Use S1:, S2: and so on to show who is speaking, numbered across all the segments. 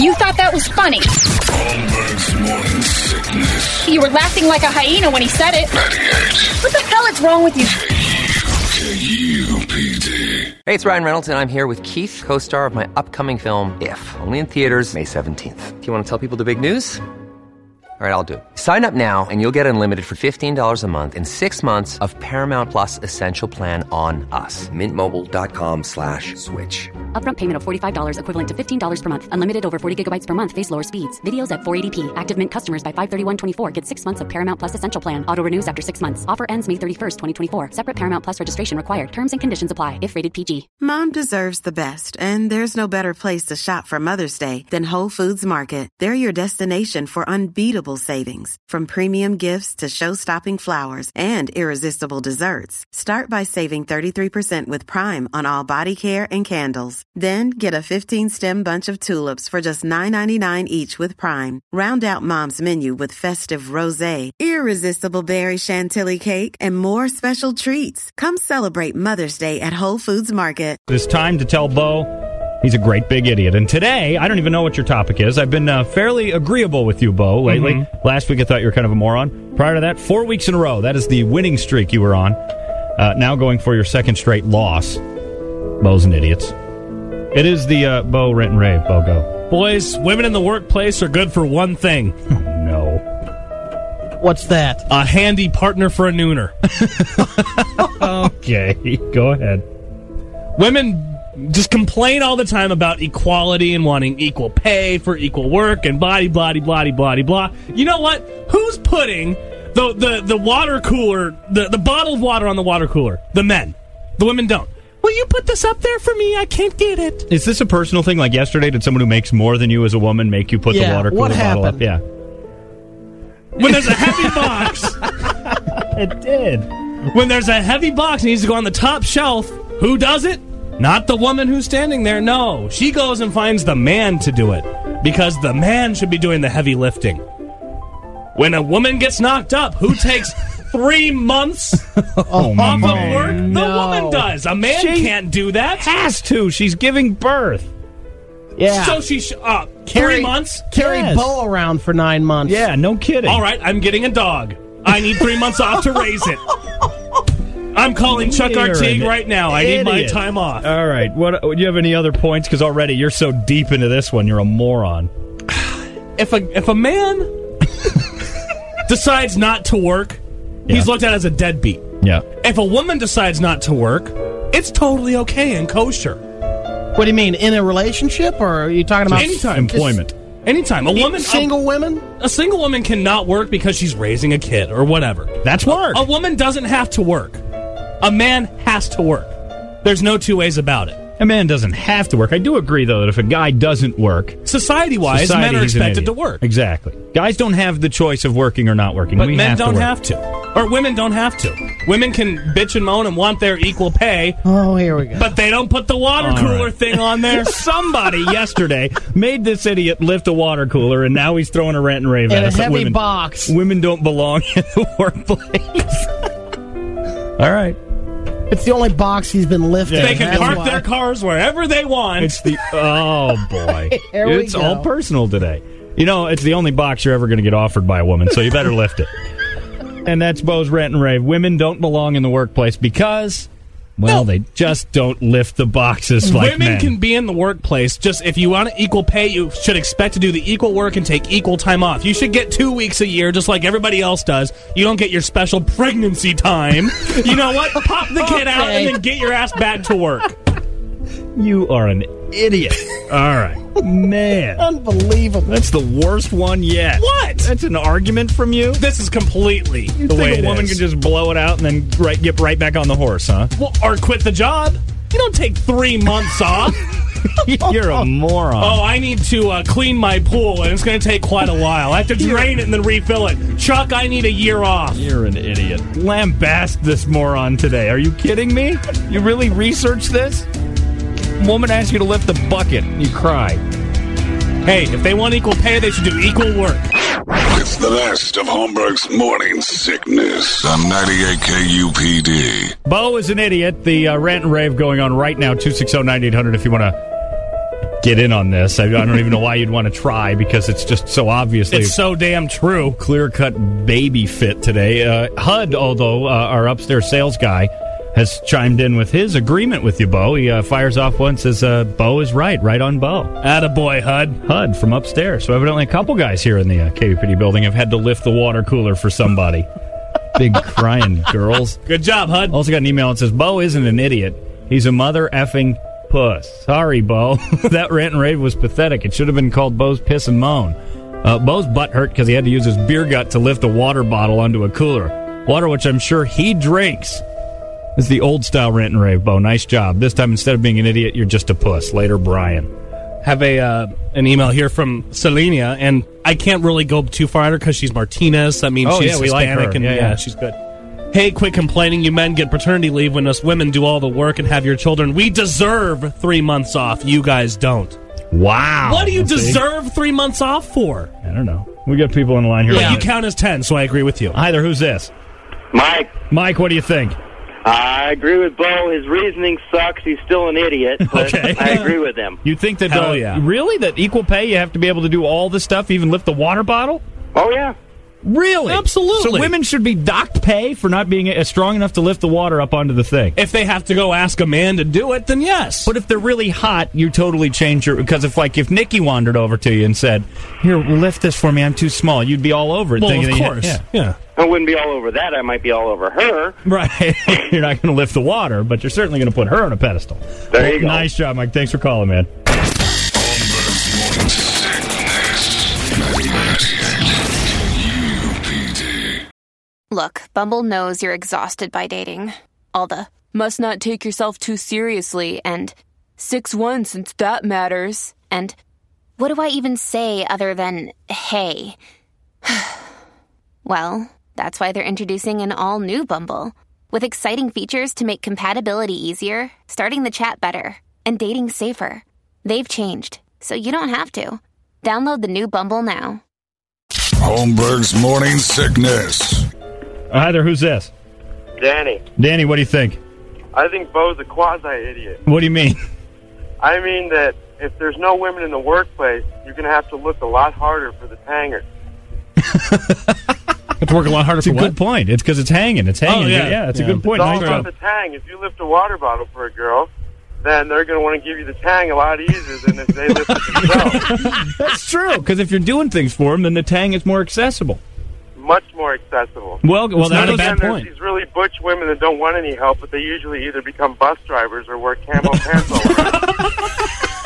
S1: You thought that was funny.
S2: Holmberg's morning sickness.
S1: You were laughing like a hyena when he said it.
S2: 98.
S1: What the hell is wrong with you?
S2: KUPD.
S3: Hey, it's Ryan Reynolds, and I'm here with Keith, co star of my upcoming film, If, only in theaters, May 17th. Do you want to tell people the big news? All right, I'll do it. Sign up now and you'll get unlimited for $15 a month in six months of Paramount Plus Essential Plan on us. Mintmobile.com slash switch.
S4: Upfront payment of $45 equivalent to $15 per month. Unlimited over 40 gigabytes per month. Face lower speeds. Videos at 480p. Active Mint customers by 531.24 get six months of Paramount Plus Essential Plan. Auto renews after six months. Offer ends May 31st, 2024. Separate Paramount Plus registration required. Terms and conditions apply if rated PG.
S5: Mom deserves the best, and there's no better place to shop for Mother's Day than Whole Foods Market. They're your destination for unbeatable savings, from premium gifts to show-stopping flowers and irresistible desserts. Start by saving 33% with Prime on all body care and candles. Then get a 15-stem bunch of tulips for just $9.99 each with Prime. Round out Mom's menu with festive rosé, irresistible berry chantilly cake, and more special treats. Come celebrate Mother's Day at Whole Foods Market.
S6: It's time to tell Bo he's a great big idiot. And today, I don't even know what your topic is. I've been uh, fairly agreeable with you, Bo, lately. Last week, I thought you were kind of a moron. Prior to that, four weeks in a row. That is the winning streak you were on. Uh, now going for your second straight loss. Bo's an idiot. It is the uh, Bo rent and rave. Bo go.
S7: Boys, women in the workplace are good for one thing
S6: No.
S8: What's that?
S7: a handy partner for a nooner.
S6: Okay, go ahead.
S7: women just complain all the time about equality and wanting equal pay for equal work and blah blah blah blah blah blah. You know what? Who's putting the the, the water cooler, the, the bottle of water on the water cooler? The men. The women don't. Will you put this up there for me? I can't get it.
S6: Is this a personal thing? Like yesterday, did someone who makes more than you as a woman make you put the
S8: Yeah,
S6: water cooler
S8: what
S6: bottle up?
S8: happened?
S6: Yeah.
S7: When there's a heavy box,
S6: It did.
S7: when there's a heavy box and needs to go on the top shelf, who does it? Not the woman who's standing there. No, she goes and finds the man to do it because the man should be doing the heavy lifting. When a woman gets knocked up, who takes three months
S6: Oh,
S7: off of
S6: man.
S7: work? The
S8: No.
S7: woman does. A man
S6: She-
S7: can't do that.
S6: has to. She's giving birth.
S8: Yeah.
S7: So she sh- uh,
S8: Carry-
S7: three months.
S8: Carry
S6: Yes.
S8: Bo around for nine months.
S6: Yeah, no kidding.
S7: All right, I'm getting a dog. I need three months off to raise it. I'm calling Chuck
S6: You're
S7: Artigue
S6: an
S7: right now. I need my
S6: idiot. Uh,
S7: time off.
S6: All right. What do you have any other points? Because already you're so deep into this one, you're a moron.
S7: if a if a man decides not to work, he's
S6: Yeah.
S7: looked at as a deadbeat.
S6: Yeah.
S7: If a woman decides not to work, it's totally okay and kosher.
S8: What do you mean? In a relationship, or are you talking about
S7: Anytime.
S6: Employment.
S7: Anytime a woman,
S8: Single women?
S7: a, a single woman cannot work because she's raising a kid or whatever.
S6: That's work.
S7: A woman doesn't have to work. A man has to work. There's no two ways about it.
S6: A man doesn't have to work. I do agree though that if a guy doesn't work,
S7: Society wise,
S6: society,
S7: men are
S6: he's an
S7: expected
S6: idiot.
S7: to work,
S6: Exactly. Guys don't have the choice of working or not working.
S7: but
S6: We
S7: men
S6: have to
S7: don't
S6: work.
S7: have to, or women don't have to. Women can bitch and moan and want their equal pay,
S8: Oh, here we go.
S7: But they don't put the water
S6: All
S7: cooler
S6: right.
S7: thing on there. Somebody,
S6: Yesterday, made this idiot lift a water cooler, and now he's throwing a rant and rave
S8: in
S6: at
S8: a
S6: us. that
S8: heavy
S6: women,
S8: box.
S6: women don't belong in the workplace. All right.
S8: It's the only box he's been lifting.
S7: they can
S8: That's
S7: park
S8: why.
S7: their cars wherever they want.
S6: It's the oh boy.
S8: Here we
S6: it's all
S8: go.
S6: personal today. You know, it's the only box you're ever going to get offered by a woman, so you better lift it. And that's Bo's rant and rave. Women don't belong in the workplace because, well, they just don't lift the boxes like
S7: Women
S6: men.
S7: can be in the workplace. Just if you want to equal pay, you should expect to do the equal work and take equal time off. You should get two weeks a year, just like everybody else does. You don't get your special pregnancy time. you know what? Pop the kid out and
S8: Okay.
S7: then get your ass back to work.
S6: you are an idiot. All right, man,
S8: Unbelievable.
S6: that's the worst one yet.
S7: What?
S6: That's an argument from you.
S7: This is completely the
S6: Think
S7: way
S6: a
S7: it
S6: woman
S7: is.
S6: can just blow it out and then right, get right back on the horse, huh?
S7: Well, or quit the job. You don't take three months off.
S6: You're a moron.
S7: Oh, I need to uh, clean my pool, and it's going to take quite a while. I have to drain it and then refill it. Chuck, I need a year off.
S6: You're an idiot. Lambast this moron today. Are you kidding me? You really researched this? Woman asked you to lift the bucket. You cry.
S7: Hey, if they want equal pay, they should do equal work.
S2: It's the last of Holmberg's morning sickness on 98 KUPD.
S7: uh,
S6: oh
S7: oh,
S6: Bo is an idiot. The uh, rant and rave going on right now. 260 9800 if you want to
S7: get in on this. I, I don't even know why you'd want to try because it's just so obviously
S6: It's so damn true.
S7: clear cut baby fit today. Uh, HUD, although uh, our upstairs sales guy, has chimed in with his agreement with you, Bo. He uh, fires off one says, uh, Bo is right, right on Bo.
S6: Attaboy, HUD.
S7: HUD from upstairs. So evidently, a couple guys here in the uh, KVPD building have had to lift the water cooler for somebody. Big crying girls.
S6: Good job, HUD.
S7: Also got an email that says Bo isn't an idiot. He's a mother effing puss. Sorry, Bo. that rant and rave was pathetic. It should have been called Bo's piss and moan. Uh, Bo's butt hurt because he had to use his beer gut to lift a water bottle onto a cooler. Water which I'm sure he drinks. It's the old style rant and rave, Bo. Nice job. This time, instead of being an idiot, you're just a puss. Later, Brian.
S6: Have a uh, an email here from Selenia, and I can't really go too far on her because she's Martinez. That means
S7: Oh,
S6: she's
S7: yeah, we like
S6: Hispanic,
S7: her.
S6: and
S7: Yeah,
S6: yeah,
S7: yeah.
S6: she's good. Hey, quit complaining. You men get paternity leave when us women do all the work and have your children. We deserve three months off. You guys don't.
S7: Wow.
S6: What do you
S7: See?
S6: deserve three months off for?
S7: I don't know. We got people in line here.
S6: But you count as ten, so I agree with you.
S7: Hi there. Who's this?
S9: Mike,
S7: Mike, what do you think?
S9: I agree with Bo. His reasoning sucks. He's still an idiot, but
S7: Okay.
S9: I agree with him.
S7: You think that
S6: Hell
S7: uh,
S6: yeah.
S7: really that equal pay you have to be able to do all the stuff, even lift the water bottle?
S9: Oh yeah,
S7: Really?
S6: Absolutely.
S7: So women should be docked pay for not being uh, strong enough to lift the water up onto the thing.
S6: If they have to go ask a man to do it, then yes.
S7: But if they're really hot, you totally change your because if like if Nikki wandered over to you and said, "Here, lift this for me. I'm too small." You'd be all over it.
S6: well,
S7: thinking
S6: of
S7: that you-
S6: course, yeah.
S9: I wouldn't be all over that. I might be all over her.
S7: yeah. Right. you're not going to lift the water, but you're certainly going to put her on a pedestal.
S9: There
S7: Well,
S9: you go.
S7: Nice job, Mike. Thanks for calling, man.
S2: Holmberg's morning sickness. 98 KUPD.
S10: Look, Bumble knows you're exhausted by dating. All the must not take yourself too seriously and 6 1 since that matters. And what do I even say other than hey? well, that's why they're introducing an all new Bumble with exciting features to make compatibility easier, starting the chat better, and dating safer. They've changed, so you don't have to. Download the new Bumble now.
S2: Holmberg's morning sickness.
S7: Uh, hi there. Who's this?
S11: Danny,
S7: Danny, what do you think?
S11: I think Bo's a quasi idiot.
S7: What do you mean?
S11: I mean that if there's no women in the workplace, you're going to have to look a lot harder for the tanger.
S6: Have to work a lot harder Oh,
S7: It's a good point. It's because it's hanging. It's hanging.
S6: yeah.
S7: that's
S6: Yeah.
S7: a good point.
S11: It's all
S7: Nice job.
S11: about the tang. If you lift a water bottle for a girl, then they're going to want to give you the tang a lot easier than if they lift it themselves.
S7: That's true. Because if you're doing things for them, then the tang is more accessible.
S11: Much more accessible.
S7: Well, well,
S6: not
S7: that's
S6: a bad
S11: And there's
S6: point.
S11: these really butch women that don't want any help, but they usually either become bus drivers or wear camo pants all the time.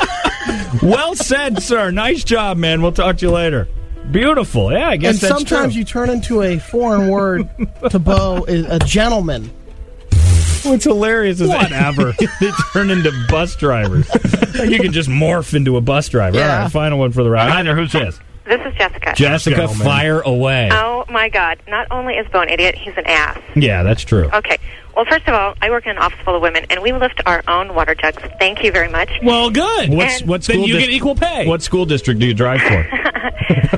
S7: well said, sir. Nice job, man. We'll talk to you later. Beautiful. Yeah, I guess
S8: and
S7: that's
S8: sometimes
S7: true.
S8: you turn into a foreign word to Bo is a gentleman.
S7: What's hilarious is
S6: Whatever.
S7: they turn into bus drivers. Like, you can just morph into a bus driver. All
S8: Yeah.
S7: right, final one for the round. Hi there, who's this?
S12: This is Jessica.
S7: Jessica,
S6: Go, man.
S7: fire away.
S6: Um,
S12: Oh my God! Not only is Bo an idiot, he's an ass.
S7: Yeah, that's true.
S12: Okay. Well, first of all, I work in an office full of women, and we lift our own water jugs. Thank you very much.
S6: Well, good.
S7: What's-
S12: And
S7: what
S6: then
S7: school
S6: you
S7: dis-
S6: get equal pay.
S7: What school district do you drive for?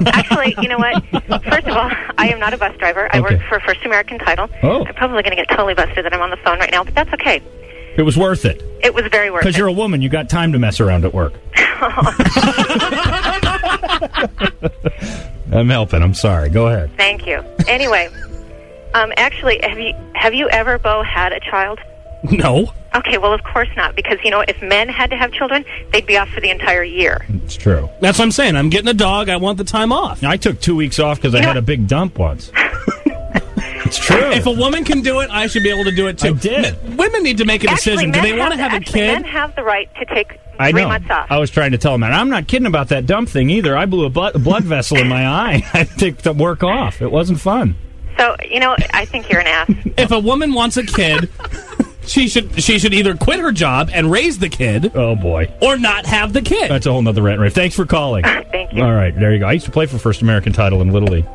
S12: Actually, you know what? First of all, I am not a bus driver. I
S7: Okay.
S12: work for First American Title.
S7: Oh.
S12: I'm probably going to get totally busted that I'm on the phone right now, but that's okay.
S7: it was worth it.
S12: It was very worth it.
S7: Because you're a woman, you got time to mess around at work. I'm helping. I'm sorry. Go ahead.
S12: Thank you. Anyway, um, actually, have you have you ever, Bo, had a child?
S6: No.
S12: Okay, well, of course not, because you know, if men had to have children, they'd be off for the entire year.
S7: It's true.
S6: That's what I'm saying. I'm getting a dog. I want the time off.
S7: I took two weeks off because I
S12: know-
S7: had a big dump once. it's true.
S6: If a woman can do it, I should be able to do it too.
S7: I did.
S6: Men- women need to make a decision. Do
S12: men
S6: they want to
S12: the-
S6: have a
S12: actually,
S6: kid?
S12: Men have the right to take
S7: I
S12: three
S7: know.
S12: months off.
S7: I was trying to tell him, and I'm not kidding about that dump thing either. I blew a bu- blood vessel in my eye. I took the work off. It wasn't fun.
S12: so you know, I think you're an ass.
S6: If a woman wants a kid, she should she should either quit her job and raise the kid
S7: Oh boy,
S6: or not have the kid.
S7: that's a whole nother rant rave. Thanks for calling.
S12: Thank you.
S7: All right, there you go. I used to play for First American Title in Little League.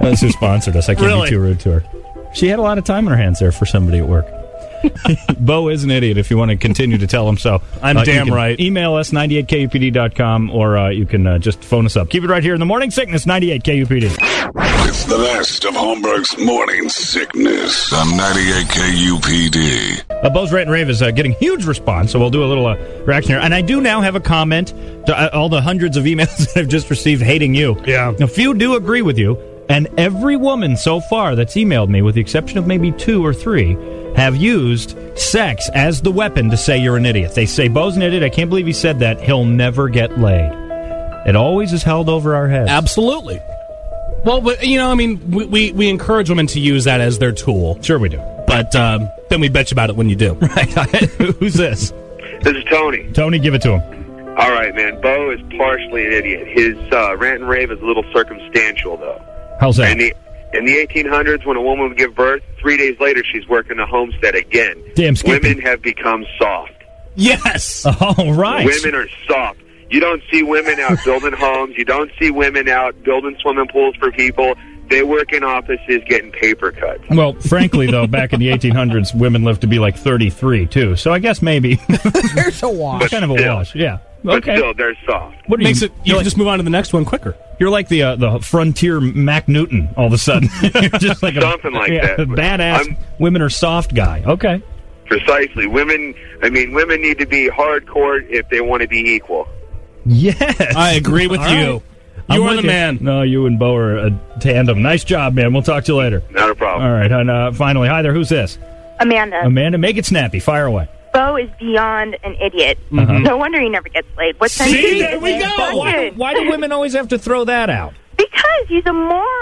S7: That's who sponsored us. I can't
S6: Really?
S7: be too rude to her. She had a lot of time on her hands there for somebody at work. Bo is an idiot if you want to continue to tell him so. Uh,
S6: I'm
S7: you
S6: damn
S7: can
S6: right.
S7: Email us, 98kupd.com, or uh, you can uh, just phone us up. Keep it right here in the morning sickness, 98kupd.
S2: With It's the last of Homburg's morning sickness on 98 KUPD.
S7: Uh, Bo's Rant and Rave is uh, getting huge response, so we'll do a little uh, reaction here. And I do now have a comment to uh, all the hundreds of emails that I've just received hating you. Yeah. A few do agree with you, and every woman so far that's emailed me, with the exception of maybe two or three, have used sex as the weapon to say you're an idiot. They say, Bo's an idiot. I can't believe he said that. He'll never get laid. It always is held over our heads.
S6: Absolutely. Well, but, you know, I mean, we, we, we encourage women to use that as their tool. Sure, we do. But um, then we bet you about it when you do. Right.
S7: Who's this?
S11: This is Tony.
S7: Tony, give it to him.
S11: All right, man. Bo is partially an idiot. His uh, rant and rave is a little circumstantial, though.
S7: How's that?
S11: In the in the 1800s, when a woman would give birth, three days later she's working a homestead again.
S7: Damn, Skippy.
S11: Women have become soft.
S6: Yes.
S7: All right.
S11: Women are soft. You don't see women out building homes. You don't see women out building swimming pools for people. They work in offices getting paper cuts.
S7: Well, frankly, though, back in the 1800s, women lived to be like 33, too. So I guess maybe. There's a wash. Kind of a
S11: Still.
S7: wash, yeah.
S11: But
S7: okay.
S11: still, they're soft.
S7: What
S6: Makes it- you can
S7: just move on to the next one quicker. You're like the uh, the frontier Mac Newton. All of a sudden, you're just like a,
S11: Something like
S7: yeah,
S11: that.
S7: a badass women are soft guy. Okay,
S11: Precisely. Women, I mean, women need to be hardcore if they want to be equal.
S7: yes,
S6: I agree with
S7: All
S6: you.
S7: right.
S6: You
S7: I'm
S6: are
S7: with
S6: the man.
S7: No, you and Bo are a tandem. Nice job, man. We'll talk to you later.
S11: Not a problem.
S7: All right, and uh, finally, hi there. Who's this?
S12: Amanda,
S7: Amanda. Make it snappy. Fire away.
S12: Bo is beyond an idiot.
S7: Mhm.
S12: No wonder he never gets laid. What sense does
S7: See,
S12: it
S7: there we
S12: make?
S7: go. Why,
S12: Busted.
S7: why do women always have to throw that out?
S12: Because he's a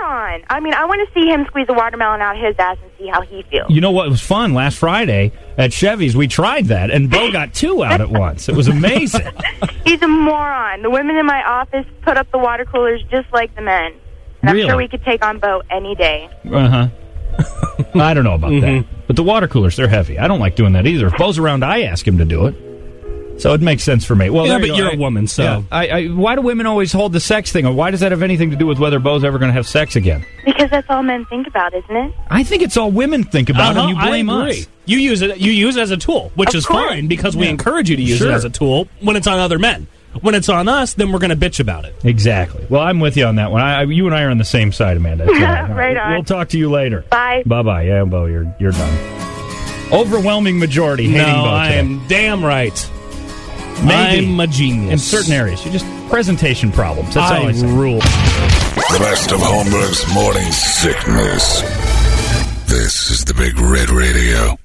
S12: moron. I mean, I want to see him squeeze a watermelon out his ass and see how he feels.
S7: You know what was fun last Friday at Chevy's? We tried that, and Bo got two out at once. It was amazing.
S12: He's a moron. The women in my office put up the water coolers just like the men. And
S7: Really?
S12: I'm sure we could take on Bo any day.
S6: Uh-huh.
S7: Uh huh. I don't know about
S6: Mm-hmm.
S7: that, but the water coolers—they're heavy. I don't like doing that either. If Bo's around, I ask him to do it, so it makes sense for me. Well,
S6: Yeah,
S7: there you
S6: but
S7: go.
S6: you're
S7: I-
S6: a woman, so-
S7: Yeah. I, I, why do women always hold the sex thing, or why does that have anything to do with whether Bo's ever going to have sex again?
S12: Because that's all men think about, isn't it?
S7: I think it's all women think about,
S6: Uh-huh,
S7: and you
S6: I
S7: blame
S6: agree.
S7: us.
S6: You use it. You use it as a tool, which
S12: Of
S6: is
S12: course.
S6: fine because we
S7: Yeah.
S6: encourage you to use
S7: Sure.
S6: it as a tool when it's on other men. When it's on us, then we're going to bitch about it.
S7: Exactly. Well, I'm with you on that one. I, I, you and I are on the same side, Amanda. It's all All
S12: Right on.
S7: We'll talk to you later.
S12: Bye.
S7: Bye bye. Yeah, Bo, you're you're done. Overwhelming majority hating
S6: no,
S7: Bo
S6: I
S7: today.
S6: am damn right.
S7: Maybe.
S6: I'm a genius
S7: in certain areas. You just presentation problems. That's all I say.
S6: rule.
S2: The last of Homburg's morning sickness. This is the Big Red Radio.